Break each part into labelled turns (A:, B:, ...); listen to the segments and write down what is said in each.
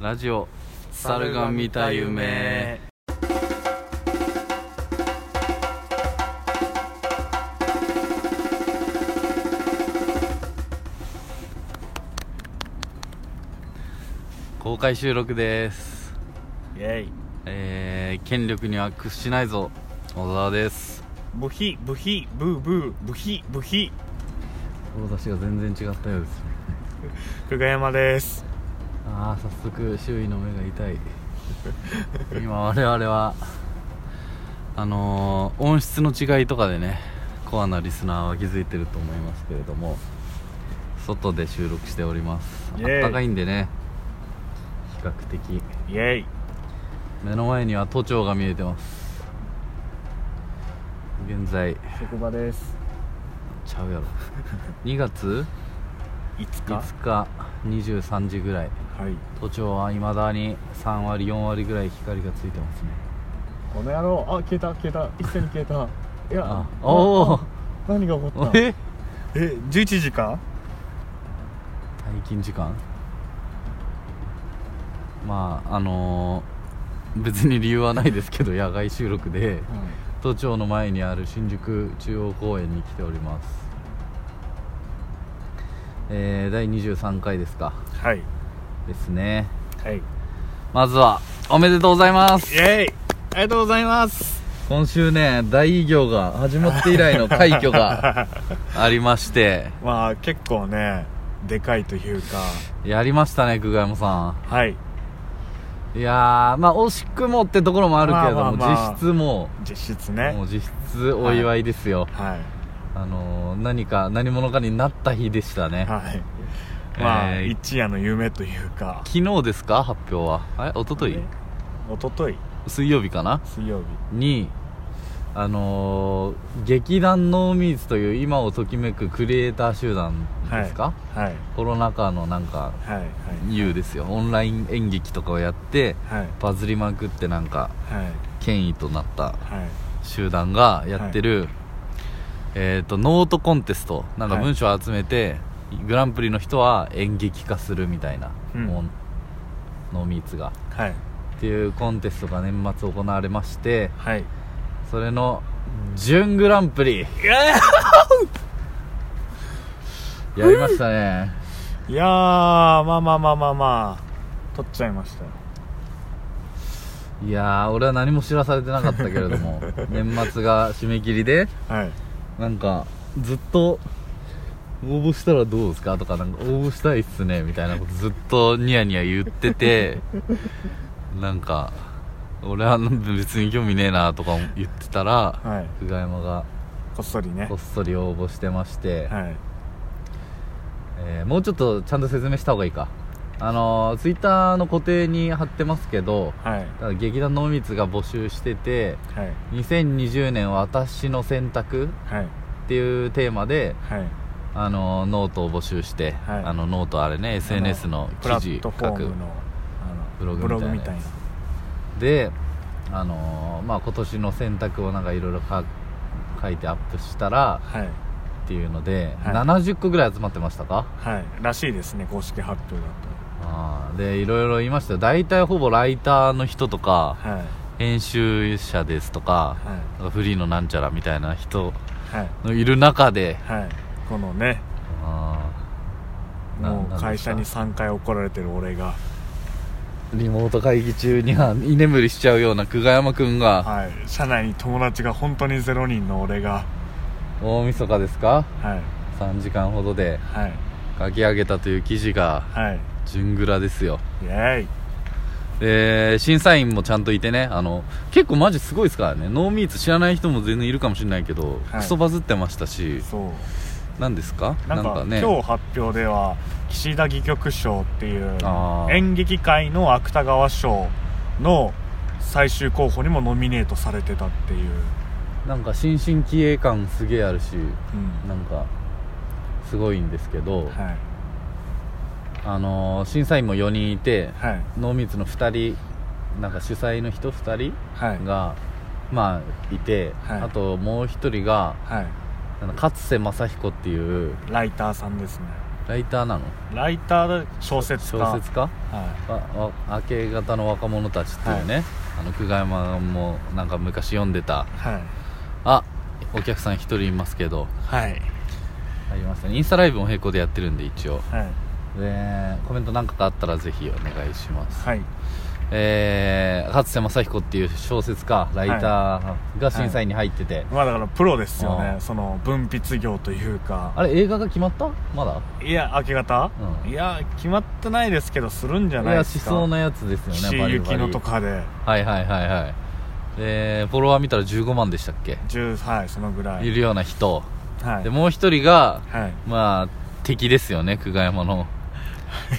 A: ラジオ猿が見た夢公開収録です
B: イェイ
A: えー、権力には屈しないぞ小沢です
B: ブヒブヒブーブーブヒブヒ
A: 志が全然違ったようですね
B: 久我山です
A: ああ早速周囲の目が痛い今我々はあのー音質の違いとかでねコアなリスナーは気づいてると思いますけれども外で収録しておりますあっ
B: イエーイ
A: たかいんでね比較的
B: イェイ
A: 目の前には都庁が見えてます現在
B: 職場です
A: ちゃうや ろ2月
B: いつか
A: 5日23時ぐらい
B: はい
A: 都庁は未だに3割4割ぐらい光がついてますね
B: この野郎あ消えた消えた一斉に消えたいや
A: あ
B: あ
A: おー
B: あ何が起こった
A: え
B: え11時か
A: 退勤時間まああのー別に理由はないですけど野外収録で
B: う
A: 都庁の前にある新宿中央公園に来ておりますえー、第23回ですか
B: んはい
A: ですね
B: はいイ
A: まずはおめでとうございます
B: ェイありがとうございます
A: 今週ね大偉業が始まって以来の快挙 がありまして
B: まあ結構ねでかいというか
A: やりましたね久我山さん
B: はい
A: いやー、まあ、惜しくもってところもあるけれども、
B: まあまあまあ
A: 実質も
B: 実質
A: う、
B: ね
A: もう実質お祝いですよ。
B: はい
A: あのー、何か、何者かになった日でしたね。
B: はいまあ、
A: えー
B: 一夜の夢というか
A: 昨日ですか発表は。あれ一昨日
B: おととい
A: 水曜日かな
B: 水曜日
A: に、あのー、劇団ノーミーツという今をときめくクリエイター集団ですか、
B: はい
A: コロナ禍のなんか、
B: はいはい
A: U ですよ。オンライン演劇とかをやって、
B: はい
A: バズりまくってなんか、
B: はい
A: 権威となった
B: はい
A: 集団がやってる、えっ、とノートコンテストなんか
B: はい
A: 文章を集めて、グランプリの人は演劇化するみたいな、
B: うん
A: もうノーミーツが
B: はい
A: っていうコンテストが年末行われまして
B: はい
A: それの準グランプリやりましたね
B: いやーまあまあまあまあまあ取っちゃいましたよ
A: いやー俺は何も知らされてなかったけれども年末が締め切りで
B: はい
A: なんかずっと応募したらどうですかとかなんか応募したいっすねみたいなことずっとニヤニヤ言っててなんか俺は別に興味ねえなとか言ってたら
B: はい
A: 久我山が
B: こっそりね
A: こっそり応募してまして、
B: はい
A: えーもうちょっとちゃんと説明した方がいいかあのー、ツイッターの固定に貼ってますけど
B: はい
A: ただ劇団濃密が募集してて
B: はい
A: 2020年私の選択
B: はい
A: っていうテーマで
B: はい
A: あのノートを募集して、
B: はい
A: あのノートあれね SNS の
B: プラ
A: 記
B: ッ
A: 事
B: ト
A: 書
B: フォー
A: く
B: ムのあ
A: ブロ
B: の
A: グ
B: ブログみ
A: みた
B: た
A: い
B: い
A: な
B: な
A: やであのーまあ今年の選択をなんかいろいろ書書いてアップしたら
B: はい
A: っていうので、
B: はい
A: 70個ぐらい集まってましたか
B: はいらしいですね公式発表だ
A: あーでいろいろ言いましたよ大体ほぼライターの人とか
B: とはい
A: 編集者ですとか
B: は
A: なんかフリーのなんちゃらみたいな人
B: いはい
A: のいる中で
B: はいこのね
A: あなな
B: も
A: んですか
B: う会社に3回怒られてる俺が
A: ーリモート会議中には居眠りしちゃうような久我山君が、
B: はい社内に友達が本当に0人の俺が
A: 大晦日ですか
B: はい
A: 3時間ほどで
B: はい
A: 書き上げたという記事が
B: はい
A: 純グラですよ
B: イェイ
A: で審査員もちゃんといてねあの結構マジすごいですからねノーミーツ知らない人も全然いるかもしれないけど、
B: はい
A: クソバズってましたし
B: そう
A: 何ですか
B: なんか
A: ね
B: 今日発表では岸田戯曲賞っていう
A: あー
B: 演劇界の芥川賞の最終候補にもノミネートされてたっていう、
A: なんか新進気鋭感すげえあるし
B: うん
A: なんかすごいんですけど、
B: はい
A: あのー審査員も4人いて
B: はい
A: ノーミーツの2人なんか主催の人2人
B: はい
A: がまあいて、
B: はい
A: あともう1人が
B: は
A: あの勝瀬正彦っていう
B: いライターさんですね
A: ライターなの
B: ライターで小説家
A: 小説家
B: は
A: わわ明け方の若者たちっていうね、あの久我山もなんか昔読んでた
B: いはい
A: あお客さん一人いますけど
B: はい
A: ありましたねインスタライブも並行でやってるんで一応
B: はい
A: でコメントなんかあったらぜひお願いします
B: はい
A: えー、勝瀬正彦っていう小説家ライターが審査員に入ってて、
B: まあだからプロですよ
A: あ
B: ね
A: あ
B: その分泌業というか
A: あれ映画が決まったまだ
B: いや明け方、
A: うん
B: いや決まってないですけどするんじゃ
A: い
B: ない
A: や
B: で
A: し
B: すか
A: そうなやつですよ
B: 岸
A: ね
B: 井ゆきの
A: バリ
B: と
A: バ
B: かで
A: リはいはいはいはいでフォロワー見たら15万でしたっけ、
B: 10はいそのぐら
A: い、
B: い
A: るような人、
B: はい
A: でもう一人が
B: はい
A: まあ敵ですよね久我山の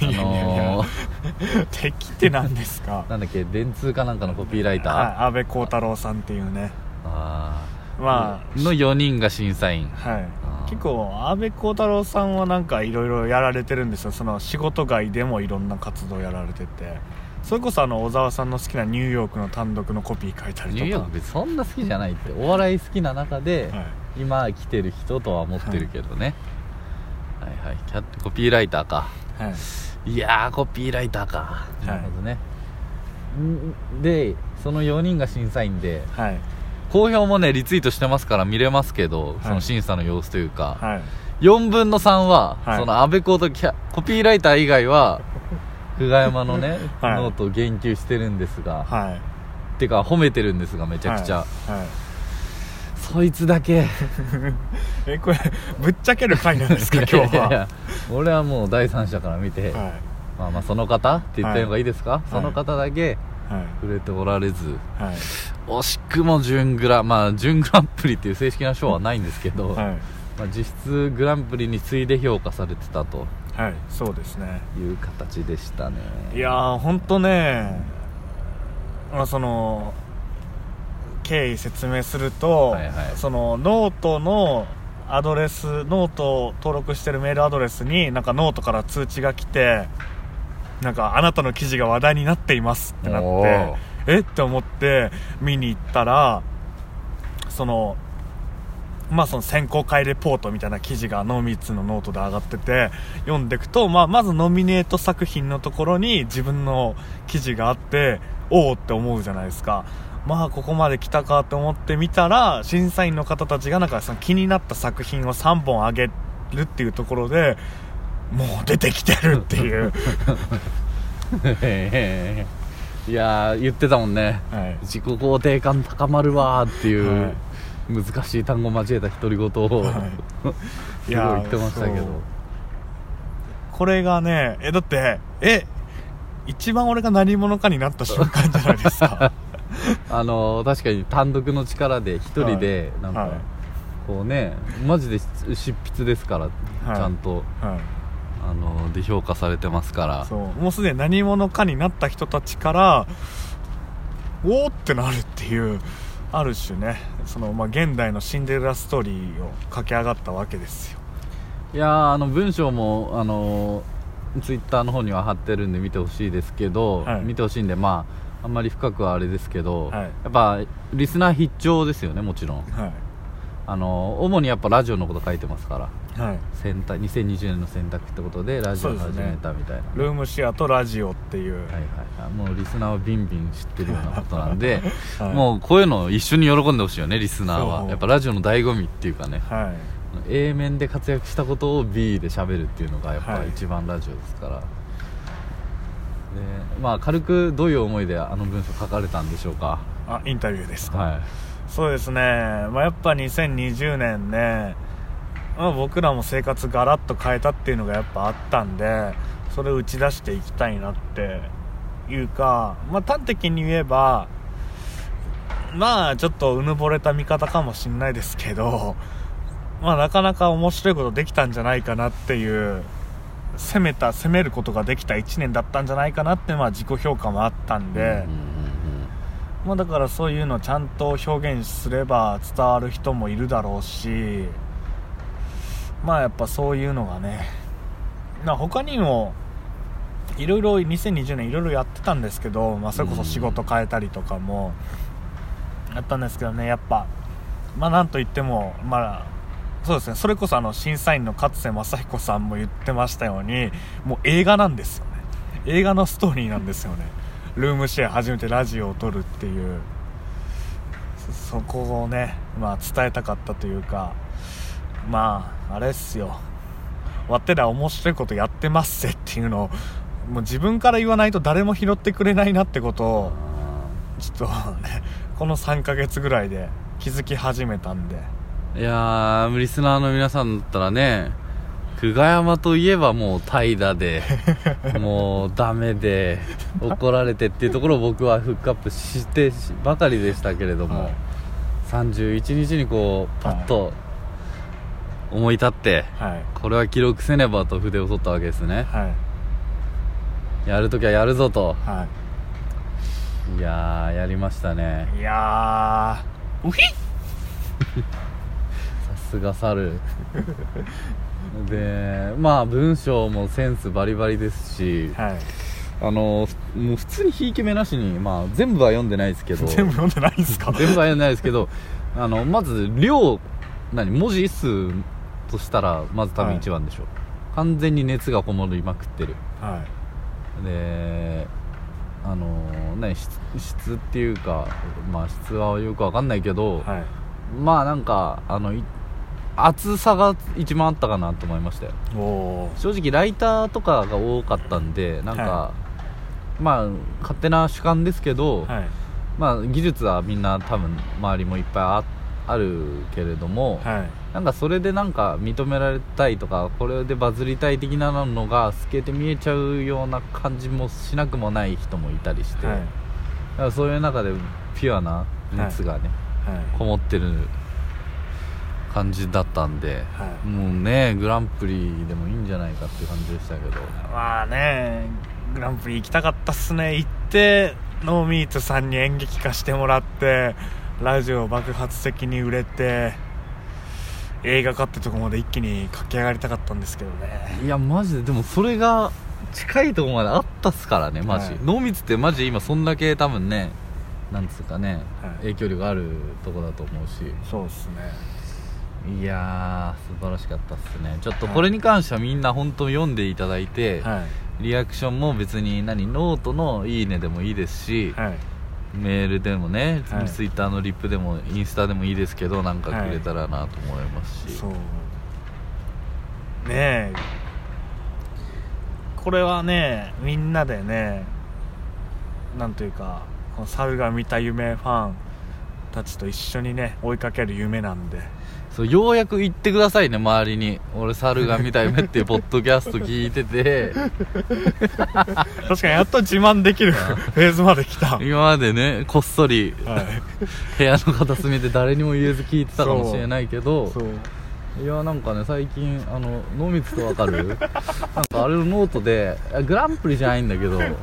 A: あ
B: いやいやいや
A: のー、
B: 敵って何ですか
A: なんだっけ電通かなんかのコピーライター、
B: はい安倍孝太郎さんっていうね
A: あ
B: ま
A: ーの4人が審査員
B: あはい
A: あー
B: 結構安倍孝太郎さんはなんかいろいろやられてるんですよその仕事外でもいろんな活動やられててそれこそあの小沢さんの好きなニューヨークの単独のコピー書いたり
A: ニ
B: とか
A: ューヨーク別にそんな好きじゃないってお笑い好きな中で、
B: はい
A: 今来てる人とは思ってるけどね、はい、はいキャッコピーライターか
B: はい
A: いやーコピーライターか、
B: い
A: なるほどねんでその4人が審査員で
B: はい
A: 好評もねリツイートしてますから見れますけど、
B: い
A: その審査の様子というか、
B: はい
A: 4分の3は、
B: はい
A: その安倍公とキャコピーライター以外 は久我山のね、
B: はい
A: ノートを言及してるんですが、
B: はい
A: てか褒めてるんですがめちゃくちゃ、
B: はいはい
A: そいつだけ
B: えこれぶっちゃける回なんですか今日 はい
A: やいや俺はもう第三者から見て、
B: はい
A: まあまあその方って言った方がいいですか、
B: い
A: その方だけ
B: はい
A: 触れておられず
B: はい
A: 惜しくも準グラまあ準グランプリっていう正式な賞はないんですけど、
B: はい
A: まあ、実質グランプリに次いで評価されてたと
B: はいそうですね
A: いう形でした ね
B: いやーほんとねまあその経緯説明すると、
A: はいはい
B: そのノートのアドレスノートを登録してるメールアドレスになんかノートから通知が来てなんかあなたの記事が話題になっていますってなっ
A: お
B: て
A: ー
B: えって思って見に行ったらそのまあその選考会レポートみたいな記事がノーミーツのノートで上がってて読んでいくと、まあ、まずノミネート作品のところに自分の記事があっておおって思うじゃないですかまあここまで来たかと思ってみたら審査員の方たちがなんかその気になった作品を3本あげるっていうところでもう出てきてるっ ていう、
A: いやー言ってたもんね
B: はい、
A: 自己肯定感高まるわーっていう、
B: はい
A: 難しい単語交えた独り言を、
B: は
A: すご
B: い
A: い言ってましたけ
B: いやーそう
A: ど
B: これがねえだってえ一番俺が何者かになった瞬間じゃないです か
A: あの確かに単独の力で一人でなんか、
B: はい
A: こうねマジで執筆ですから、
B: はい
A: ちゃんと
B: はい
A: あので評価されてますから
B: そうもうすでに何者かになった人たちからおーってなるっていうある種ねその、まあ、現代のシンデレラストーリーを駆け上がったわけですよ
A: いやーあの文章もあのツイッターの方には貼ってるんで見てほしいですけど、
B: はい
A: 見てほしいんでまああんまり深くはあれですけど、
B: はい
A: やっぱリスナー必聴ですよねもちろん
B: は
A: あの主にやっぱラジオのこと書いてますから
B: い、はい、
A: 選択2020年の選択ってことでラジオを
B: そうです
A: 始
B: ね
A: めたみたいな、
B: ルームシェアとラジオっていう、
A: はいはいはい、もうリスナーはビンビン知ってるようなことなんで、
B: はい
A: もうこういうのを一緒に喜んでほしいよねリスナー
B: そ
A: は
B: う
A: やっぱラジオの醍醐味っていうかね
B: はい
A: A 面で活躍したことを B で喋るっていうのがやっぱ
B: はい
A: 一番ラジオですから、でまあ軽くどういう思いであの文章書かれたんでしょうか
B: あインタビューですか、
A: は
B: そうですね、まあ、やっぱ2020年ね、まあ、僕らも生活ガラッと変えたっていうのがやっぱあったんでそれを打ち出していきたいなっていうか、まあ、端的に言えばまあちょっとうぬぼれた見方かもしんないですけど、まあ、なかなか面白いことできたんじゃないかなっていう攻めた攻めることができた1年だったんじゃないかなってまあ自己評価もあったん
A: い
B: で。
A: うんうんうん
B: まあ、だからそういうのをちゃんと表現すれば伝わる人もいるだろうしまあやっぱそういうのがねまあ他にもいろいろ2020年いろいろやってたんですけど、まあ、それこそ仕事変えたりとかもやったんですけどねやっぱまあなんといってもまあそうですねそれこそあの審査員の勝瀬正彦さんも言ってましたようにもう映画なんですよね映画のストーリーなんですよねルームシェア初めてラジオを撮るっていうそそこをね、まあ、伝えたかったというかまああれっすよわってら面白いことやってますぜっていうのをもう自分から言わないと誰も拾ってくれないなってことをちょっとねこの3ヶ月ぐらいで気づき始めたんで
A: いやーリスナーの皆さんだったらね久我山といえばもう怠惰 でもうダメで怒られてっていうところを僕はフックアップしてしばかりでしたけれども、
B: はい
A: 31日にこうパッと思い立って、
B: はい
A: これは記録せねばと筆を取ったわけですね
B: はい
A: やるときはやるぞと
B: はい
A: やーやりましたね
B: いいやーうひ
A: さすが 猿でまあ文章もセンスバリバリですし
B: はい
A: あのふもう普通にひいき目なしに、まあ、全部は読んでないですけど
B: 全部読んでないんすか
A: 全部は読んでないですけどあのまず量何文字数としたらまず多分一番でしょう、完全に熱がこもりまくってる
B: はい
A: であの何質質っていうかまあ質はよくわかんないけど、
B: はい
A: まあなんかあのい厚さが一番あったかなと思いましたよ
B: おお
A: 正直ライターとかが多かったんでなんか、
B: は
A: まあ勝手な主観ですけど、
B: ーはい
A: まあ技術はみんな多分周りもいっぱいああるけれども、
B: はい
A: なんかそれでなんか認められたいとかこれでバズりたい的なのが透けて見えちゃうような感じもしなくもない人もいたりして、
B: はい
A: だからそういう中でピュアな熱がね、
B: はい
A: こもってる感じだったんで、
B: はい
A: もうねグランプリでもいいんじゃないかっていう感じでしたけど
B: まあねグランプリ行きたかったっすね行ってノーミーツさんに演劇化してもらってラジオ爆発的に売れて映画化ってとこまで一気に駆け上がりたかったんですけどね
A: いやマジででもそれが近いところまであったっすからねマジ、
B: はい
A: 濃密ってマジ今そんだけ多分ねなんつうかね、
B: はい
A: 影響力あるとこだと思うし
B: そうですね
A: いやー素晴らしかったっすねちょっとこれに関してはみんな本当読んでいただいて、
B: は
A: リアクションも別に何ノートの「いいね」でもいいですし、
B: いはい
A: メールでもね、
B: はい
A: ツイッターのリップでもインスタでもいいですけどなんかくれたらなと思いますし、
B: そうねえこれはねみんなでねなんというかこの猿が見た夢ファンたちと一緒にね追いかける夢なん で
A: そうようやく言ってくださいね周りに俺猿が見た夢っていうポッドキャスト聞いて て
B: 確かにやっと自慢できるフェーズまで来 た、はい、
A: 今までねこっそり部屋の片隅で誰にも言えず聞いてたかもしれないけど
B: そう
A: いやなんかね最近あの濃密とわか るなんかあれのノートであグランプリじゃないんだけどなんか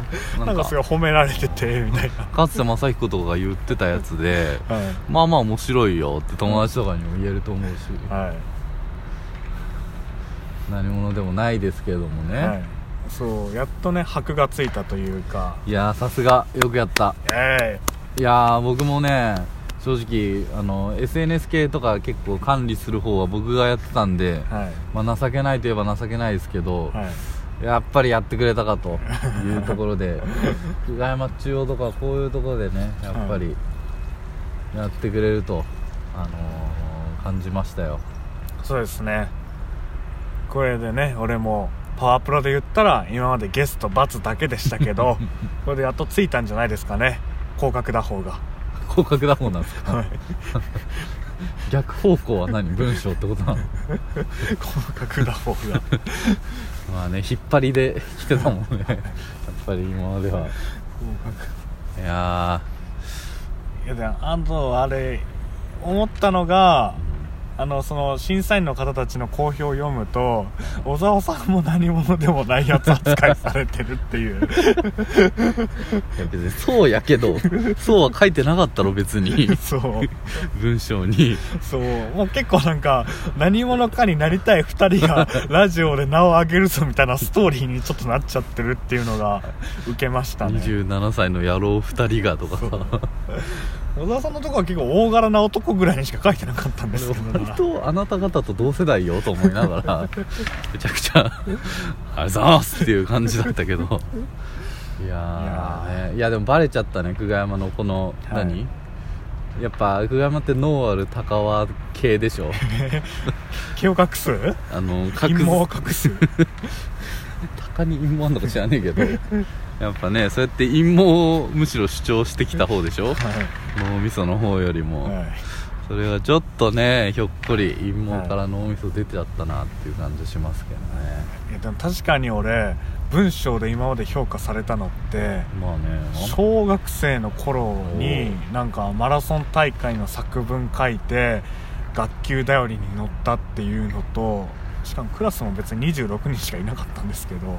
B: なんかすごい褒められててみたい
A: かつて正彦とかが言ってたやつで
B: な はい、
A: まあまあ面白いよって友達とかにも言えると思うし、
B: はい
A: 何者でもないですけどもね、
B: はい、そうやっとね箔がついたというか
A: い、やーさすがよくやった
B: え
A: いやー僕もね正直あの SNS 系とか結構管理する方は僕がやってたんで、
B: えはい
A: まあ、情けないといえば情けないですけど、
B: はい
A: やっぱりやってくれたかと いうところで久我山中央とかこういうところでねやっぱりやってくれると、あのー感じましたよ
B: そうですねこれでね俺もパワープロで言ったら今までゲスト×だけでしたけ どこれでやっとついたんじゃないですかね広角打 法が
A: 広角打法なんですか
B: はい
A: 逆方向は何文章ってことなの
B: 広角打法が
A: まあね引っ張りで来てたもんねやっぱり今まではいや
B: いやでもあとあれ思ったのがあのその審査員の方たちの好評を読む と小沢さんも何者でもないやつ扱いされてるって いう
A: ーいや別にそうやけどそうは書いてなかったろ別 に
B: そう
A: 文章に
B: そうもう結構なんか何者かになりたい2人がラジオで名を上げるぞみたいなストーリーにちょっとなっちゃってるっていうのが受けましたね
A: 27歳の野郎2人がとかさ
B: 小沢さんのとこは結構大柄な男ぐらいにしか書いてなかったんですけ ど
A: 割
B: な
A: とあなた方と同世代よと思いなが らめちゃくちゃ「ありがとうございます」っていう感じだったけどいやーねいやでもバレちゃったね久我山のこの、
B: はい
A: 何やっぱ久我山ってノーアル高輪系でしょ
B: 毛を隠す
A: あの
B: 陰
A: 隠す
B: 謀を 隠す
A: 鷹に陰謀あんのか知らねえ けどやっぱねそうやって陰謀をむしろ主張してきた方でしょ
B: は
A: 脳みその方よりも、
B: い、はい
A: それはちょっとねひょっこり陰謀から脳みそ出ちゃったなっていう感じしますけどね、
B: いやでも確かに俺文章で今まで評価されたのって
A: まあね
B: 小学生の頃に
A: お
B: なんかマラソン大会の作文書いて学級頼りに乗ったっていうのとしかもクラスも別に26人しかいなかったんですけど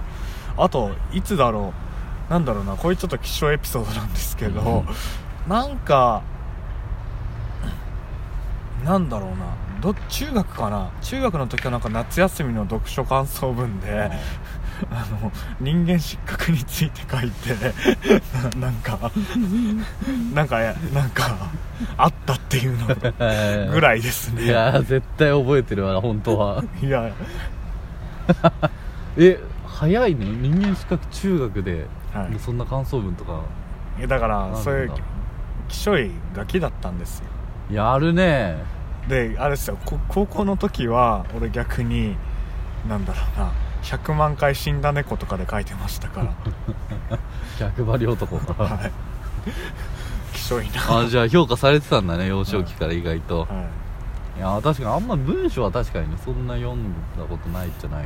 B: あといつだろうなんだろうなこれちょっと希少エピソードなんですけど、なんかなんだろうなど中学かな中学の時はなんか夏休みの読書感想文で あの人間失格について書いて ななん かなんかえなんかあったっていうのぐ
A: ぐ
B: らいですね
A: いやー絶対覚えてるわ本当は
B: いや
A: え早いね人間資格中学で、
B: はい
A: もうそんな感想文とか
B: いやだか
A: あるん
B: ら
A: だ
B: そういうきしょいガキだったんですよ
A: やるね
B: であれですよこ高校の時は俺逆になんだろうな100万回死んだ猫とかで書いてましたか
A: 逆張り 男
B: ら
A: か
B: はいきしょいな
A: あじゃあ評価されてたんだね幼少期から意外と、
B: はい
A: いや確かにあんま文章は確かにねそんな読んだことないじゃない気もするんで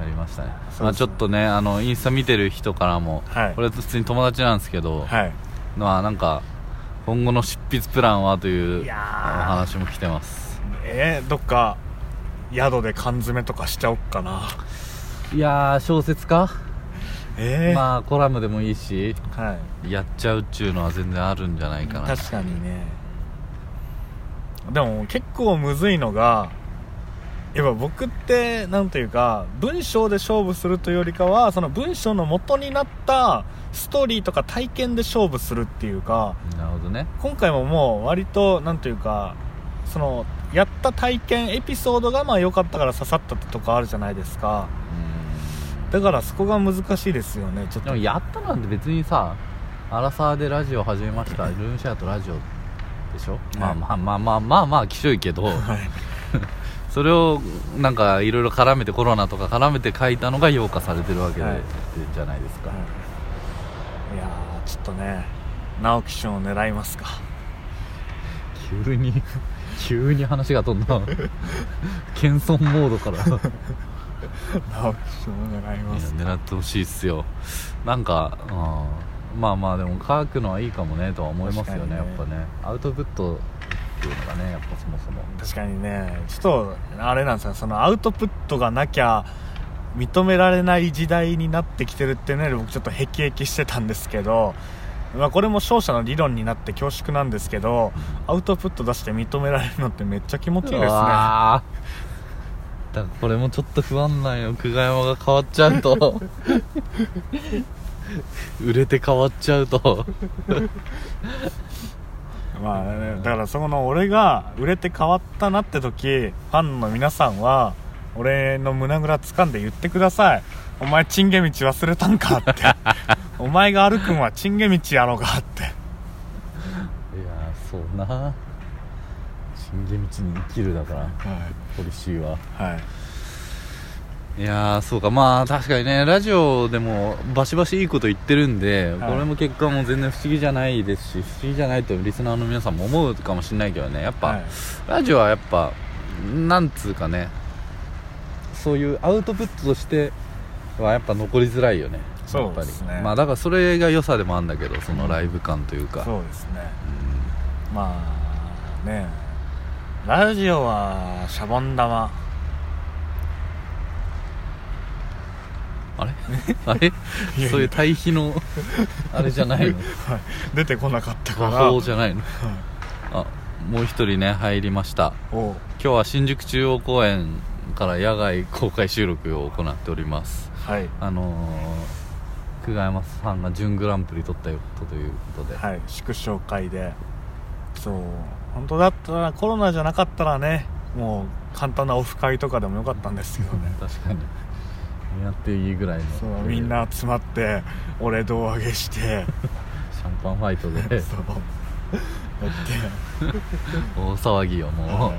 A: やりましたね
B: そう
A: まあ
B: ですね
A: ちょっとねあのインスタ見てる人からも、
B: はい
A: これ普通に友達なんですけど、
B: はい
A: まあなんか今後の執筆プランはという
B: いやー
A: あの話も来てます
B: えー、どっか宿で缶詰とかしちゃおっかない
A: やー小説か
B: ええ
A: まあコラムでもいいし
B: はい
A: やっちゃうっちゅうのは全然あるんじゃないかな
B: 確かにねでも結構むずいのがやっぱ僕ってなんというか文章で勝負するというよりかはその文章の元になったストーリーとか体験で勝負するっていうか
A: なるほどね
B: 今回ももう割となんというかそのやった体験エピソードがまあ良かったから刺さったとかあるじゃないですか
A: うん
B: だからそこが難しいですよねちょっ
A: でも
B: と
A: やったなんて別にさアラサーでラジオ始めましたルームシェアとラジオでしょ、まあまあまあまあまあまあきしょいけど
B: はい
A: それをなんかいろいろ絡めてコロナとか絡めて書いたのが評価されてるわけで、
B: はい
A: じゃないですか、
B: いやーちょっとね直木賞を狙いますか
A: 急に急に話が飛んだ謙遜モードからいや
B: 直木賞を狙います
A: 狙ってほしいっすよなんか、うん、まあまあでも書くのはいいかもねとは思いますよねやっ
B: 確
A: ぱ
B: かに
A: ねアウトプットっていうのがねやっぱそもそも
B: 確かにねちょっとあれなんですよそのアウトプットがなきゃ認められない時代になってきてるっていうので僕ちょっとへきしてたんですけど、まあ、これも勝者の理論になって恐縮なんですけどアウトプット出して認められるのってめっちゃ気持ちいいですね
A: うわーだからこれもちょっと不安なんよ久我山が変わっちゃう と売れて変わっちゃうと
B: まあね、だからそこの俺が売れて変わったなって時ファンの皆さんは俺の胸ぐら掴んで言ってくださいお前チンゲ道忘れたんかって お前が歩くんはチンゲ道やろうかって
A: いやーそうな信じ道に生きるだから
B: は、
A: ポリシーはい
B: はい、
A: いやーそうかまあ確かにねラジオでもバシバシいいこと言ってるんで、
B: はい
A: これも結果も全然不思議じゃないですし不思議じゃないとリスナーの皆さんも思うかもしれないけどねやっぱ、
B: はい
A: ラジオはやっぱなんつうかねそういうアウトプットとしてはやっぱ残りづらいよね
B: そうですね
A: やっぱりまあだからそれが良さでもあるんだけどそのライブ感というか
B: そうですねまあねラジオはシャボン玉
A: あれ あれ
B: いや
A: そういう対比 のあれじゃないの
B: 出てこなかったか
A: 魔
B: ら
A: 法じゃないのあもう一人ね入りました
B: おう
A: 今日は新宿中央公園から野外公開収録を行っております
B: はい
A: あのー久我山さんが準グランプリ取ったことということで、
B: はい祝勝会でそう本当だったらコロナじゃなかったらねもう簡単なオフ会とかでもよかったんですけどね
A: 確かにやっていいぐらいの
B: そうみんな集まってお礼胴上げして
A: シャンパンファイトで
B: そうやっ
A: 大騒ぎよ
B: て
A: もう、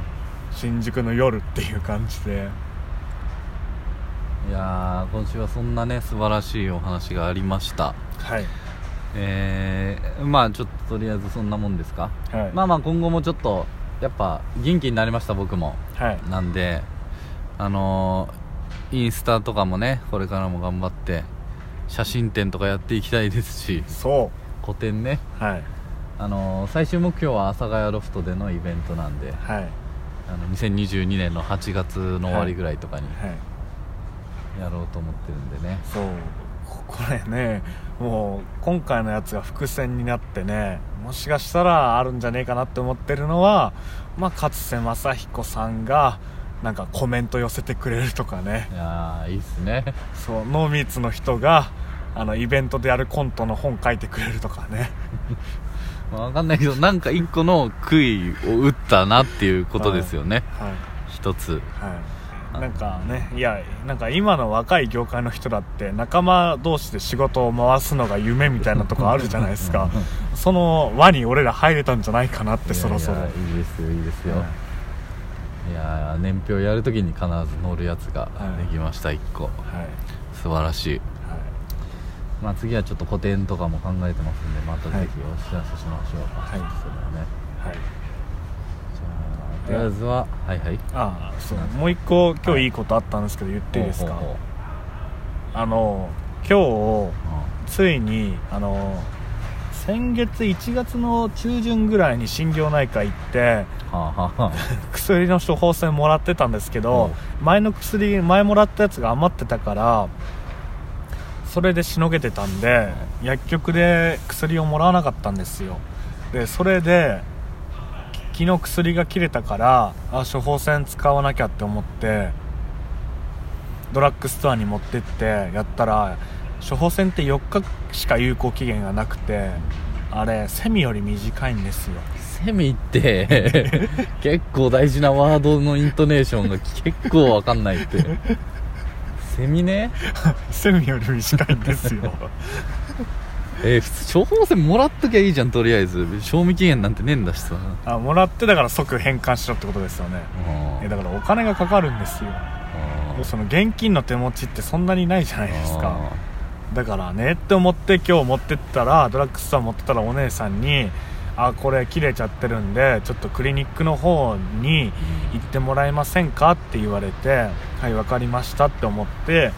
B: 新宿の夜っていう感じで
A: いやー今週はそんなね素晴らしいお話がありました
B: はい
A: えー、まあちょっととりあえずそんなもんですか、
B: はい、
A: まあまあ今後もちょっとやっぱ元気になりました僕も
B: はい
A: なんであのーインスタとかもねこれからも頑張って写真展とかやっていきたいですし
B: そ
A: 個展ね
B: うはい
A: あのー最終目標は阿佐ヶ谷ロフトでのイベントなんで
B: はいはい
A: あの2022年の8月の終わりぐらいとかにやろうと思ってるんでね、
B: そうここれねもう今回のやつが伏線になってねもしかしたらあるんじゃねえかなって思ってるのは、まあ、勝瀬正彦さんがなんかコメント寄せてくれるとかね
A: い、やーいいっすね
B: そう濃密の人があのイベントでやるコントの本書いてくれるとかね
A: まあわかんないけどなんか一個の杭を打ったなっていうことですよね
B: はい
A: 一つ
B: はいなんかねいやなんか今の若い業界の人だって仲間同士で仕事を回すのが夢みたいなとこあるじゃないですかその輪に俺ら入れたんじゃないかなってそろそ
A: い
B: ろ
A: やいやいいですよいいですよ、
B: はい
A: いやー年表やるときに必ず乗るやつが
B: は
A: で
B: い
A: きました、一個
B: はい、
A: 素晴らしいまあ次はちょっと個展とかも考えてますんでまたぜひお知らせしましょう
B: はい
A: それはねじゃあ
B: はいはい、
A: とりあえずははいはい
B: ああそうもう一個今日いいことあったんですけど言っていいですか
A: ほうほうほう
B: あの今
A: うん
B: 日ついにあの先月1月の中旬ぐらいに心療内科行って
A: はあはあは
B: 薬の処方箋もらってたんですけど前の薬前もらったやつが余ってたからそれでしのげてたんで薬局で薬をもらわなかったんですよでそれでき昨日薬が切れたからあ処方箋使わなきゃって思ってドラッグストアに持ってってやったら処方箋って4日しか有効期限がなくてあれセミより短いんですよ
A: あセミって 結構大事なワードのイントネーションが結構わかんないってセミね
B: セミより短いんですよ
A: えー、普通処方箋もらっときゃいいじゃんとりあえず賞味期限なんてねえんだしさ
B: あもらってだから即返還しろってことですよね
A: うん
B: えだからお金がかかるんですよ
A: うん
B: その現金の手持ちってそんなにないじゃないですか
A: う
B: だからねって思って今日持ってったらドラッグストア持ってったらお姉さんに「あこれ切れちゃってるんでちょっとクリニックの方
A: ん
B: に行ってもらえませんか?」って言われて「はい分かりました」って思って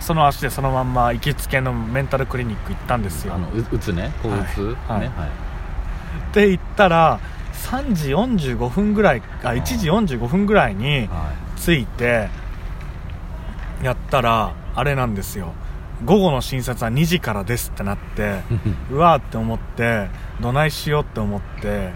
B: その足でそのまんま行きつけのメンタルクリニック行ったんですよ
A: あのう打つね抗うつね
B: はい
A: はい
B: って言ったら3時45分ぐらいあ1時45分ぐらいに
A: は
B: 着いてやったらあれなんですよ午後の診察は2時からですってなって
A: い
B: うわーって思ってどないしようって思って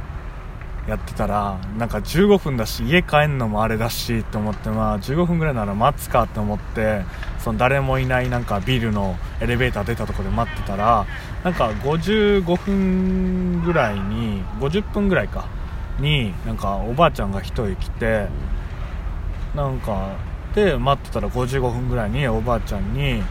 B: やってたらなんか15分だし家帰んのもあれだしって思ってまあ15分ぐらいなら待つかって思ってその誰もいないなんかビルのエレベーター出たとこで待ってたらなんか55分ぐらいに50分ぐらいかになんかおばあちゃんが1人来てなんかで待ってたら55分ぐらいにおばあちゃんに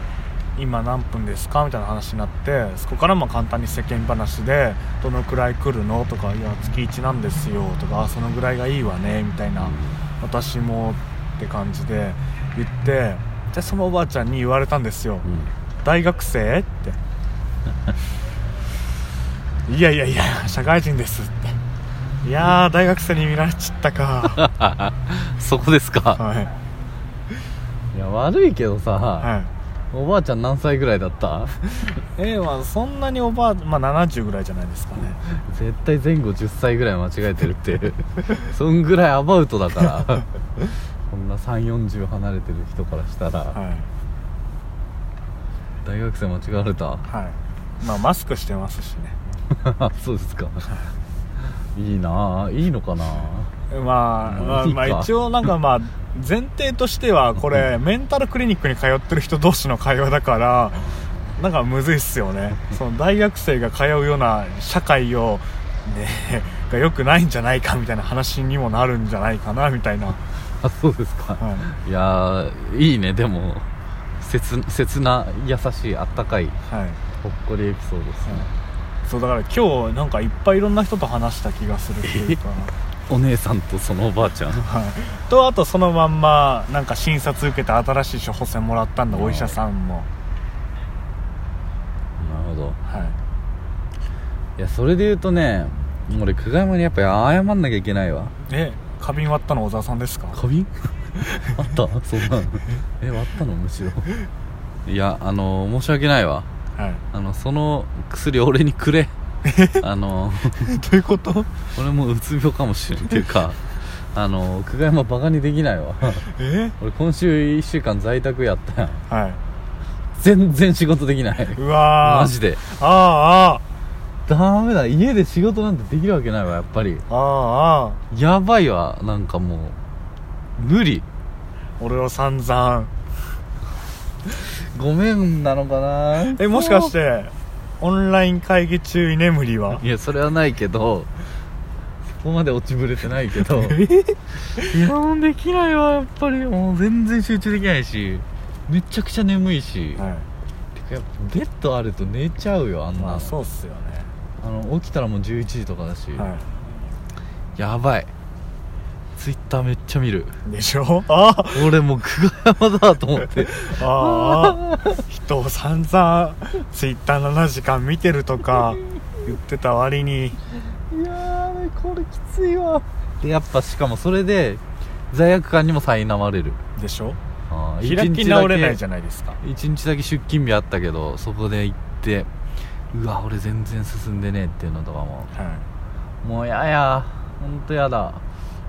B: 今何分ですかみたいな話になってそこからも簡単に世間話でどのくらい来るのとかいや月1なんですよとかあそのぐらいがいいわねみたいな私もって感じで言ってでそのおばあちゃんに言われたんです
A: う
B: よ
A: ん
B: 大学生っていやいやいや社会人ですっていやー大学生に見られちったか
A: そこですか
B: はい
A: いや悪いけどさ
B: はい
A: おばあちゃん何歳ぐらいだった
B: A はそんなにおばあまあ70ぐらいじゃないですかね
A: 絶対前後10歳ぐらい間違えてるって そんぐらいアバウトだからこんな340離れてる人からしたら
B: はい
A: 大学生間違われた
B: はいまあマスクしてますしね
A: そうですかいいなあいいのかな
B: まあ、まあ、
A: いいか
B: まあ一応なんかまあ前提としてはこれメンタルクリニックに通ってる人同士の会話だからなんかむずいっすよねその大学生が通うような社会をねが良くないんじゃないかみたいな話にもなるんじゃないかなみたいな、は
A: あそうですか、い、やーいいねでも切切な優しいあったかい
B: いはい、
A: ほっこりエピソードですね、
B: そうだから今日なんかいっぱいいろんな人と話した気がするっていうか、
A: お姉さんとそのおばあちゃん
B: はい、とあとそのまんまなんか診察受けて新しい処方箋もらったんだ
A: うん
B: お医者さんも、
A: なるほど
B: はい、
A: いやそれで言うとね俺久我山にやっぱ謝んなきゃいけないわ
B: え花瓶割ったの小沢さんですか
A: 花瓶 あったそんなのえ割ったのむしろいやあの申し訳ないわ
B: はい
A: あのその薬俺にく れあの
B: どういうこと
A: 俺もうつ病かもしれんっていうかあの久我山バカにできないわ
B: え
A: 俺今週1週間在宅やったやん
B: はい
A: 全然仕事できないう
B: わー
A: マジで
B: あ
A: ダメだ家で仕事なんてできるわけないわやっぱり
B: あああああ
A: やばいわなんかもう無理
B: あ俺は散々
A: ごめんなのかな
B: えもしかしてオンライン会議中居眠りはい
A: やそれはないけどそこまで落ちぶれてないけ どいやもうできないわやっぱりもう全然集中できないしめちゃくちゃ眠いし、
B: はい
A: てかやっぱベッドあると寝ちゃうよあんな、
B: まあそうっすよね
A: あの起きたらもう11時とかだし、
B: は
A: やばいツイッターめっちゃ見る
B: いでしょあ
A: 俺もう久我山だと思って
B: あああ人を散々ツイッター7時間見てるとか言ってた割に
A: いやーこれきついわでやっぱしかもそれで罪悪感にも苛まれる
B: でしょ
A: あー
B: 開
A: 一
B: き
A: 日だけ
B: 直れないじゃないですか
A: 一日だけ出勤日あったけどそこで行ってうわ俺全然進んでねえっていうのとかも
B: は
A: もうややほんとやだ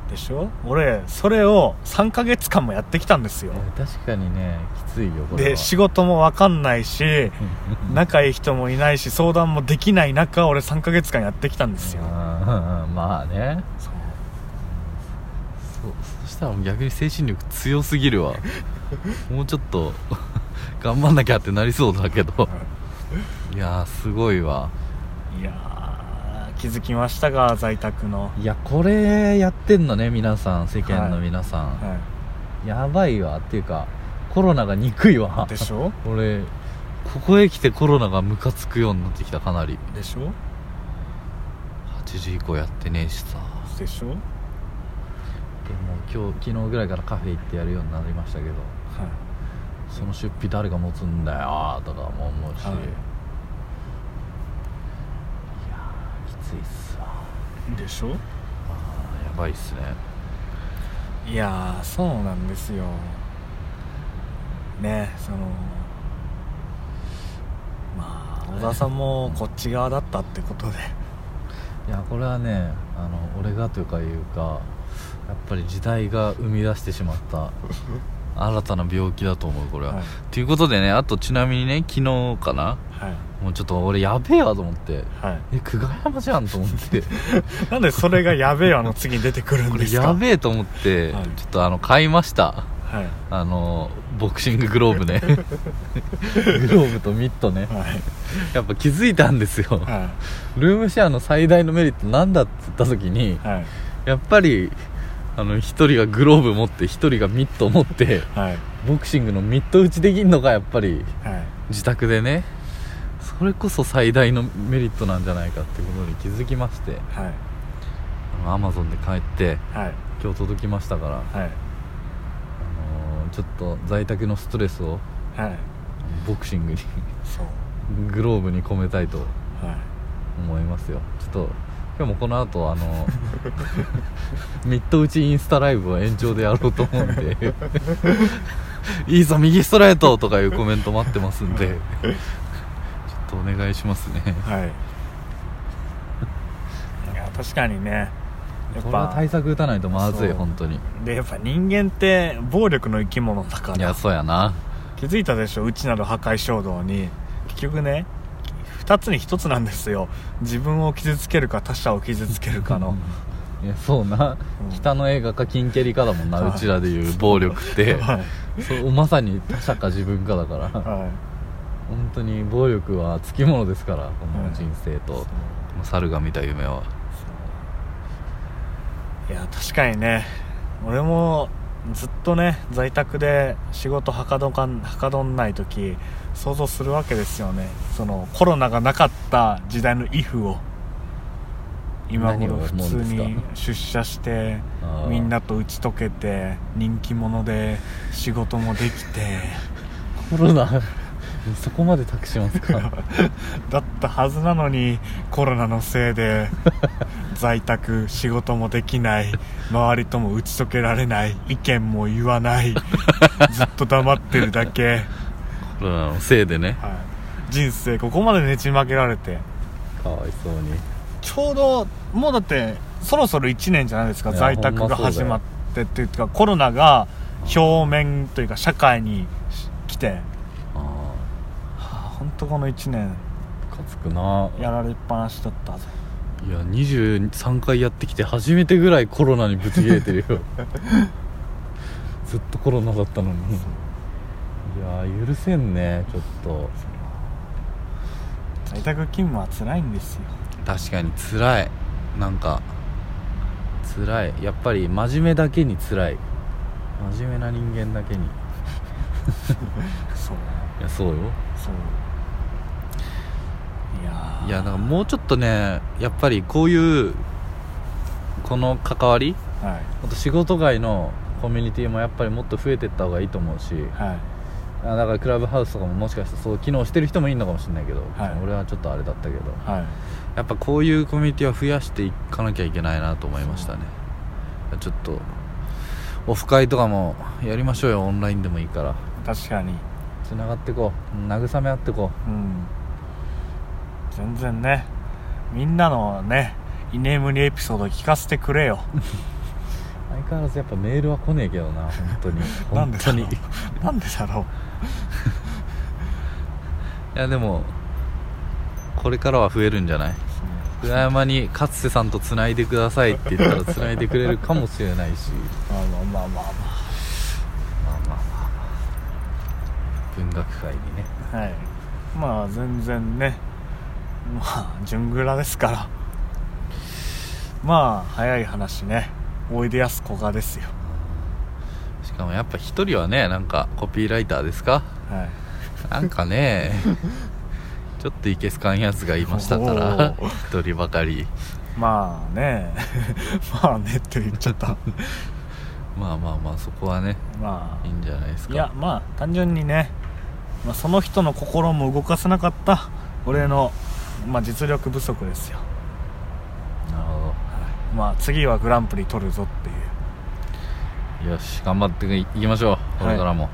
B: いでしょ俺それを3ヶ月間もやってきたんですよ
A: いや確かにねきついよこれは
B: で仕事も分かんないし
A: うん
B: 仲いい人もいないし相談もできない中俺3ヶ月間やってきたんですよ
A: うんうんまあね
B: そう
A: そうそしたらもう逆に精神力強すぎる わもうちょっと頑張んなきゃってなりそうだけどいやーすごいわ
B: いやー気づきましたが在宅の、
A: いやこれやってんのね皆さん世間の皆さん、
B: は
A: やばいわっていうかコロナが憎いわ
B: い、でしょ
A: 俺ここへ来てコロナがムカつくようになってきたかなり
B: でしょ
A: 8時以降やってねえしさ
B: でしょ、はい、
A: でも今日昨日ぐらいからカフェ行ってやるようになりましたけどその出費誰が持つんだよとかも思うし、
B: はい
A: い、やーきついっすわ
B: でしょ
A: あーやばいっすね
B: いやーそうなんですよねそのまあ小田さんもこっち側だったってことで
A: いやこれはねあの俺がというかいうかやっぱり時代が生み出してしまった 新たな病気だと思うこれは、
B: はい
A: ということでねあとちなみにね昨日かな
B: はい
A: もうちょっと俺やべえわと思って
B: はい
A: え久我山じゃんと思って
B: なんでそれがやべえあの次に出てくるん
A: こ
B: で
A: れ
B: すか
A: やべえと思って、
B: はい
A: ちょっとあの買いました
B: はい
A: あのボクシンググローブ ねグローブとミットね
B: はい
A: やっぱ気づいたんですよ
B: は
A: ルームシェアの最大のメリットなんだって言った時に
B: いはい
A: やっぱりあの一人がグローブ持って一人がミット持って
B: はい
A: ボクシングのミット打ちできんのがやっぱり
B: はい
A: 自宅でねそれこそ最大のメリットなんじゃないかってことに気づきまして
B: はい
A: アマゾンで買って
B: はい
A: 今日届きましたから、
B: はい
A: あのーちょっと在宅のストレスを
B: はい
A: ボクシングに
B: そう
A: グローブに込めたいと
B: はい
A: 思いますよちょっと今日もこの後あの ミッド打ちインスタライブを延長でやろうと思うんでいいぞ右ストレートとかいうコメント待ってますんでちょっとお願いしますね
B: はいいや確かにねや
A: こ
B: っ
A: れは
B: ぱ
A: 対策打たないとまずい
B: そう
A: 本当に
B: でやっぱ人間って暴力の生き物だか
A: いや
B: ら
A: そうやな
B: 気づいたでしょうちなる破壊衝動に結局ね2つに1つなんですよ自分を傷つけるか他者を傷つける かの
A: いやそうな、
B: うん
A: 北の映画か金蹴りかだもんなうち らでいう暴力って
B: はい
A: そうまさに他者か自分かだから
B: は
A: 本当に暴力はつきものですからこ
B: は
A: の
B: い
A: 人生と、
B: そう
A: この猿が見た夢は
B: そういや確かにね俺もずっとね在宅で仕事はかどかんはかどんない時想像するわけですよねそのコロナがなかった時代のイフを今
A: 何
B: 頃
A: を
B: 普
A: 思う
B: 通
A: んですか
B: に出社して
A: あー
B: みんなと打ち解けて人気者で仕事もできて
A: コロナそこまで託します か
B: だったはずなのにコロナのせい で在宅仕事もできない周りとも打ち解けられない意見も言わ ないずっと黙ってるだけ、
A: コロナのせいでね
B: はい、人生ここまでねちまけられて
A: かわいそうに
B: ちょうどもうだってそろそろ1年じゃないですか
A: いや
B: 在
A: ほ
B: 宅が
A: んまそう
B: 始
A: だよ
B: まってっていうかコロナが表面というか社会に来て、は
A: あ
B: あ、本当この1年
A: あムカつくな
B: やられっぱなしだったぜ
A: いや23回やってきて初めてぐらいコロナにぶち切れてる よずっとコロナだったのにいやー許せんねちょっと
B: 在宅勤務は辛いんですよ
A: 確かに辛いなんか辛いやっぱり真面目だけに辛い真面目な人間だけにい
B: そう
A: やそうよ
B: そういやー
A: いやだからもうちょっとねやっぱりこういうこの関わり
B: はい
A: あと仕事外のコミュニティもやっぱりもっと増えてった方がいいと思うし
B: はい
A: あだからクラブハウスとかももしかしたらそう機能してる人もいるのかもしれないけど、
B: はい
A: 俺はちょっとあれだったけど
B: はい
A: やっぱこういうコミュニティは増やしていかなきゃいけないなと思いましたねちょっとオフ会とかもやりましょうよオンラインでもいいから
B: 確かに
A: つながってこう慰め合ってこ
B: うん全然ねみんなのね居眠りエピソード聞かせてくれよ
A: う相変わらずやっぱメールは来ねえけ どな本当に
B: な
A: 本
B: んで
A: 当
B: だ
A: に
B: ろ
A: いう
B: なんでだ ろ
A: やでもこれからは増えるんじゃないう
B: そう
A: 裏山に勝瀬さんとつないでくださいって言ったらつないでくれるかもしれないし
B: まあまあまあまあま
A: まあまあまあまあ文学界にね
B: あはいまあ全然ねまあ順グラですからまあ早い話ねおいでやすこがですよ
A: しかもやっぱ一人はねなんかコピーライターですか
B: はい
A: なんかねちょっといけすかんやつがいましたから
B: お
A: 一人ばかり
B: まあね まあねって言っちゃった
A: まあまあまあそこはね
B: ま
A: いいんじゃないです
B: あ
A: か
B: いやまあ単純にね、まあ、その人の心も動かせなかった俺の、まあ、実力不足ですよ、
A: なるほ
B: まあ次はグランプリ取るぞっていう
A: どよし頑張っていきましょうこれからも、
B: はい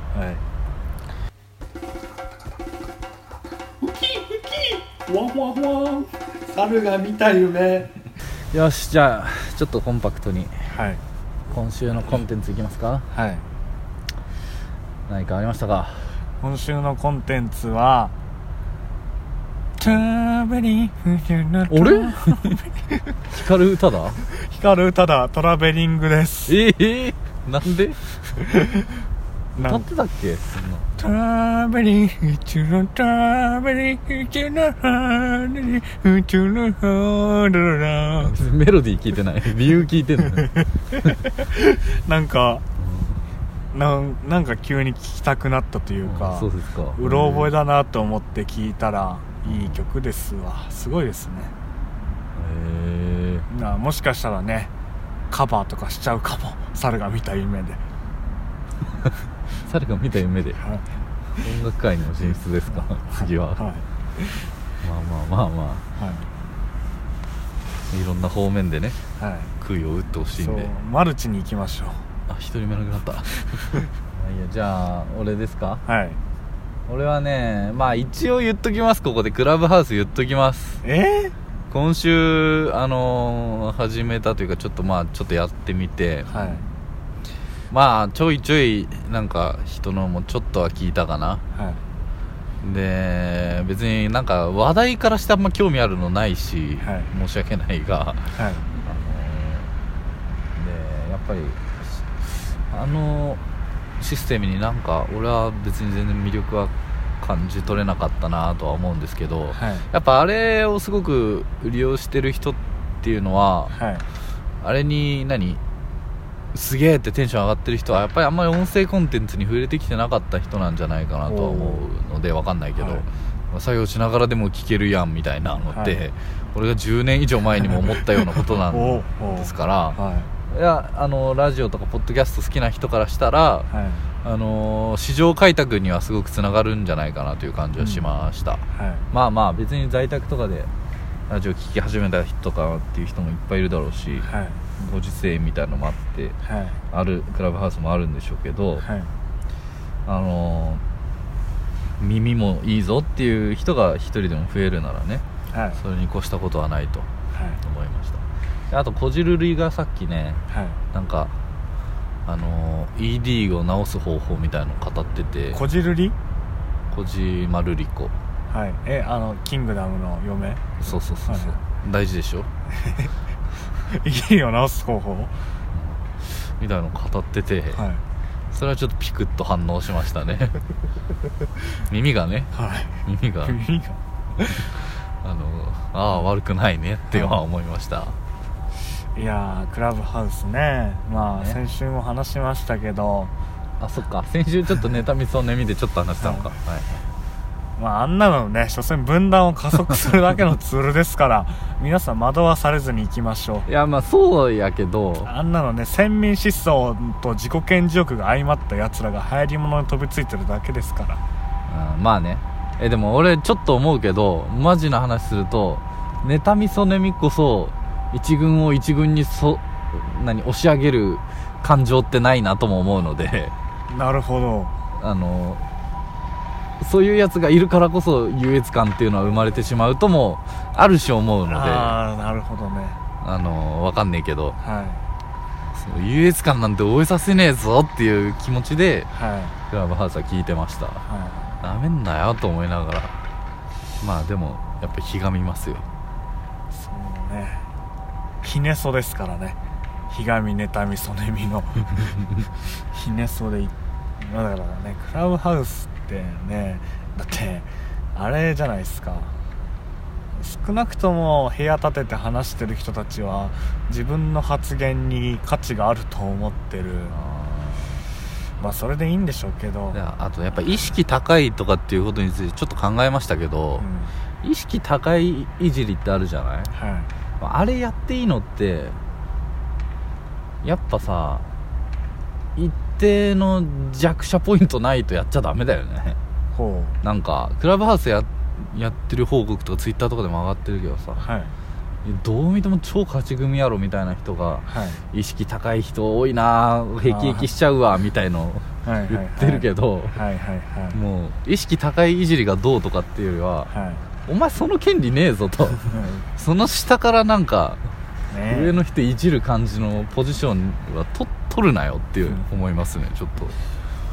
A: よしじゃあちょっとコンパクトに
B: はい
A: 今週のコンテンツいきますか
B: はい
A: 何かありましたか
B: 今週のコンテンツはトラベリング
A: あれ光る歌だ
B: 光る歌だトラベリングで す
A: ええなんで
B: な
A: 歌
B: ん
A: ってたっけそんな
B: トラベリン宇宙のトラベリン宇宙のハーリー宇宙のハールラ
A: メロディー聞いて ない理由聞いてんのね
B: なんかなんなんか急に聴きたくなったという
A: あ
B: か
A: そうですか
B: うろ覚え
A: だ
B: だなと思って聴いたらいい曲ですわすごいですね
A: へえ
B: なあもしかしたらねカバーとかしちゃうかも 猿が見た夢で
A: 猿が見た夢で
B: はい
A: 音楽界にも進出ですか次は
B: はい
A: まあまあまあまあいろんな方面でね
B: はい、はい
A: 杭を打ってほしい
B: そ
A: ん
B: う
A: で
B: マルチに行きましょ
A: あ一人目なくなったまあ いいやじゃあ俺ですか
B: うはい
A: 俺はねまあ一応言っときますここでクラブハウス言っときます
B: え
A: 今週あのー始めたというかちょっとまあちょっとやってみて
B: ー、はい
A: まあちょいちょいなんか人のもちょっとは聞いたかな
B: はい
A: で別になんか話題からしてあんま興味あるのないし、
B: はい
A: 申し訳ないがあ
B: はい
A: のーでやっぱりあのシステムになんか俺は別に全然魅力は感じ取れなかったなとは思うんですけど、
B: はい
A: やっぱあれをすごく利用してる人っていうのは
B: はい
A: あれに何すげえってテンション上がってる人はやっぱりあんまり音声コンテンツに触れてきてなかった人なんじゃないかなとは思うのでわかんないけど、
B: はい
A: 作業しながらでも聞けるやんみたいなのって、
B: はい
A: 俺が10年以上前にも思ったようなことなん
B: おお
A: ですから
B: はい
A: やあのラジオとかポッドキャスト好きな人からしたら
B: い、はい
A: あの市場開拓にはすごくつながるんじゃないかなという感じはしました、
B: はい
A: まあまあ別に在宅とかでラジオ聞き始めた人とかっていう人もいっぱいいるだろうし、
B: はい
A: ご時世みたいのもあって
B: はい
A: あるクラブハウスもあるんでしょうけど、
B: はい
A: あのー耳もいいぞっていう人が一人でも増えるならね
B: はい
A: それに越したことはないと
B: はい
A: 思いましたであとこじるりがさっきね
B: はい
A: なんかあのー ED を直す方法みたいのを語ってて
B: こじるり
A: こじまるりこ
B: はいえあのキングダムの嫁
A: そうそうそうそう、
B: は
A: 大事でしょ
B: いいを直す方法は
A: みたいのを語ってて、
B: いはい
A: それはちょっとピクッと反応しました ね耳がね耳が
B: 耳が
A: あのああ悪くないねっては思いました、
B: いやークラブハウスねまあ
A: ね
B: 先週も話しましたけど
A: あそっか先週ちょっとネタミスをね見てちょっと話したのか、
B: は
A: はい
B: まああんなのね所詮分断を加速するだけのツールですから皆さん惑わされずに行きましょう
A: い、やまあそうやけど
B: あんなのね先民思想と自己顕示欲が相まったやつらが流行り物に飛びついてるだけですから
A: うんまあねえでも俺ちょっと思うけどマジな話するとネタミソネミこそ一軍を一軍にそ何押し上げる感情ってないなとも思うので
B: なるほど
A: あのそういうやつがいるからこそ優越感っていうのは生まれてしまうともある種思うのであ
B: ああなるほどね
A: のわかんねえけど
B: は
A: その優越感なんて覚えさせねえぞっていう気持ちで
B: いはい
A: クラブハウスは聞いてました
B: は
A: なめんなよと思いながらまあでもやっぱひがみますよ
B: いそうねひねそですからねひがみ妬みそね みのひねそでいまあだからねクラブハウスってねだってあれじゃないですか少なくとも部屋建てて話してる人たちは自分の発言に価値があると思ってるまあそれでいいんでしょうけど
A: であとやっぱ意識高いとかっていうことについてちょっと考えましたけ
B: う
A: ど、
B: ん
A: 意識高いいじりってあるじゃない
B: はい
A: あれやっていいのってやっぱさ一定の弱者ポイントないとやっちゃダメだよね
B: ほう
A: なんかクラブハウスややってる報告とかツイッターとかでも上がってるけどさ
B: はい
A: どう見ても超勝ち組やろみたいな人が
B: はい
A: 意識高い人多いなぁへきへきしちゃうわみたいの
B: はいはい
A: 言ってるけど、
B: はいはいはい
A: もう意識高いいじりがどうとかっていうよりは
B: はい
A: お前その権利ねえぞ とその下からなんか
B: ね
A: 上の人いじる感じのポジションはと取るなよっていう思いますねちょっと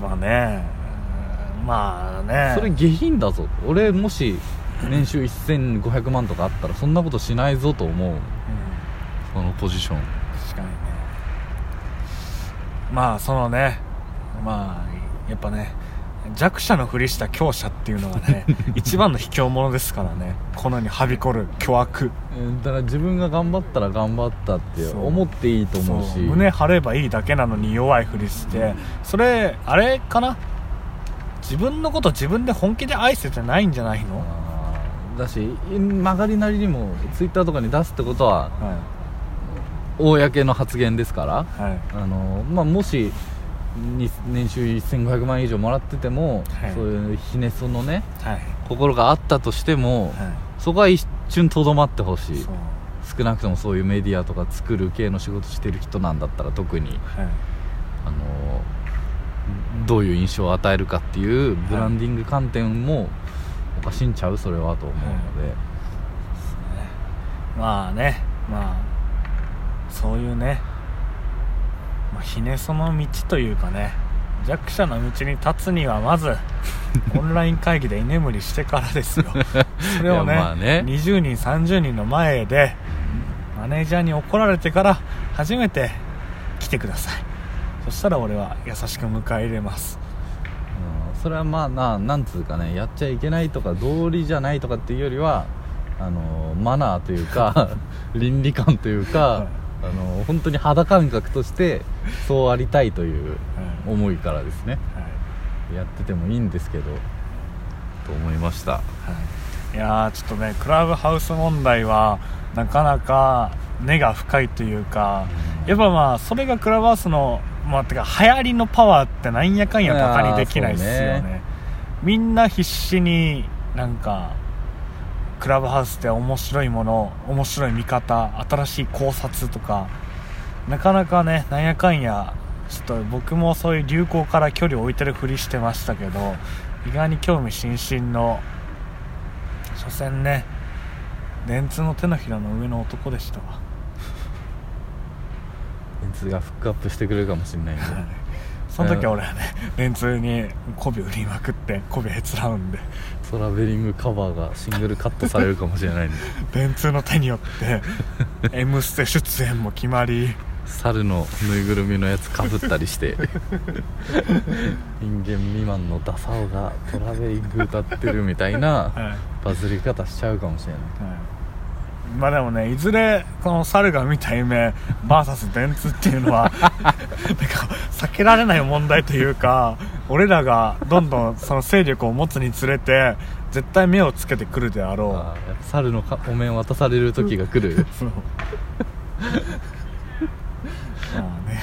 B: まあねまあね
A: それ下品だぞ俺もし年収1500万とかあったらそんなことしないぞと思う
B: うん
A: そのポジション
B: 確かにねまあそのねまあやっぱね弱者のふりした強者っていうのが ね一番の卑怯者ですからねこの世にはびこる巨悪
A: えーだから自分が頑張ったら頑張ったって
B: そう
A: 思っていいと思うし
B: そう胸張ればいいだけなのに弱いふりしてそれあれかな自分のこと自分で本気で愛せてないんじゃないの、は
A: あーだし曲がりなりにもツイッターとかに出すってことは公の発言ですから
B: いはい
A: あの、まあ、もしに年収1500万円以上もらってても、
B: はい
A: そういうひねそのね
B: はい
A: 心があったとしても、
B: は
A: そこは一瞬とどまってほし
B: い
A: い
B: そう
A: 少なくともそういうメディアとか作る系の仕事してる人なんだったら特に
B: はい
A: あのどういう印象を与えるかっていうブランディング観点もおかしいんちゃうそれはと思うので、
B: まあねまあそういうね、まあ、ひねその道というかね弱者の道に立つには まずオンライン会議で居眠りしてからですよそれをね
A: いやまあね
B: 20人30人の前でマネージャーに怒られてから初めて来てくださいそしたら俺は優しく迎え入れます
A: うんそれはまあななんつうかねやっちゃいけないとか道理じゃないとかっていうよりはあのマナーという か倫理観という
B: は
A: かあの本当に肌感覚としてそうありたいという
B: はい
A: 思いからですね
B: はい
A: やっててもいいんですけどと思いました
B: いやーちょっとねクラブハウス問題はなかなか根が深いというかやっぱまあそれがクラブハウスのまあてか流行りのパワーってなんやかんやバカにできないですよ
A: いやー
B: ね
A: そう
B: みんな必死になんかクラブハウスって面白いもの面白い見方新しい考察とかなかなかねなんやかんやちょっと僕もそういう流行から距離を置いてるふりしてましたけど意外に興味津々の所詮ね電通の手のひらの上の男でしたわ
A: 電通がフックアップしてくれるかもしれないんで
B: その時は俺はね電通に媚び売りまくって媚びへつらうんで
A: トラベリングカバーがシングルカットされるかもしれないんで
B: 電通の手によって「M ステ」出演も決まり
A: 猿のぬいぐるみのやつかぶったりして人間未満のダサオがトラベリング歌ってるみたい
B: はい
A: なバズり方しちゃうかもしれない
B: はいまあでもねいずれこの猿が見た夢 VS 電通っていうのはなんか避けられない問題というか俺らがどんどんその勢力を持つにつれて絶対目をつけてくるであろ
A: あ
B: う
A: ーやっぱ猿のかお面渡される時が来る
B: そうまあね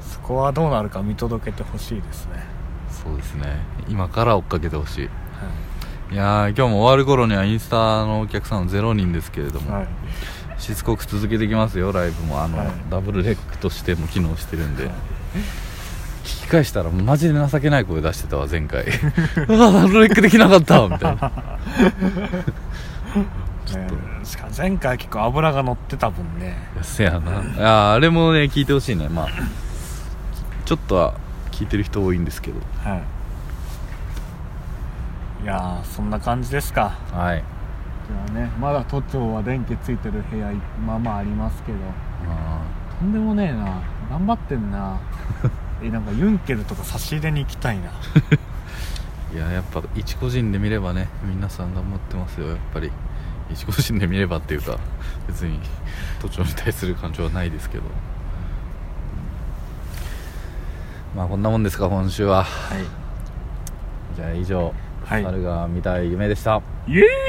B: そこはどうなるか見届けてほしいですね、
A: そうですね今から追っかけてほしいいやー今日も終わる頃にはインスタのお客さん0人ですけれども、
B: はい
A: しつこく続けていきますよライブもあの、
B: はい
A: ダブルレックとしても機能してるんで、聞き返したらマジで情けない声出してたわ前回うわダブルレックできなかったみたいなちょっと
B: ねしかも前回結構油が乗ってた分ね
A: せやないやあれもね聞いてほしいねまあちょっとは聞いてる人多いんですけど
B: はいいやーそんな感じですか
A: はい
B: じゃあねまだ都庁は電気ついてる部屋まあまあありますけど
A: ま
B: とんでもねえな頑張ってん なえなんかユンケルとか差し入れに行きたいな
A: あいややっぱ一個人で見ればね皆さん頑張ってますよやっぱり一個人で見ればっていうか別に都庁に対する感情はないですけどまあこんなもんですか今週は
B: はい
A: じゃあ以上、
B: はい
A: 猿が見たい夢でした
B: イエーイ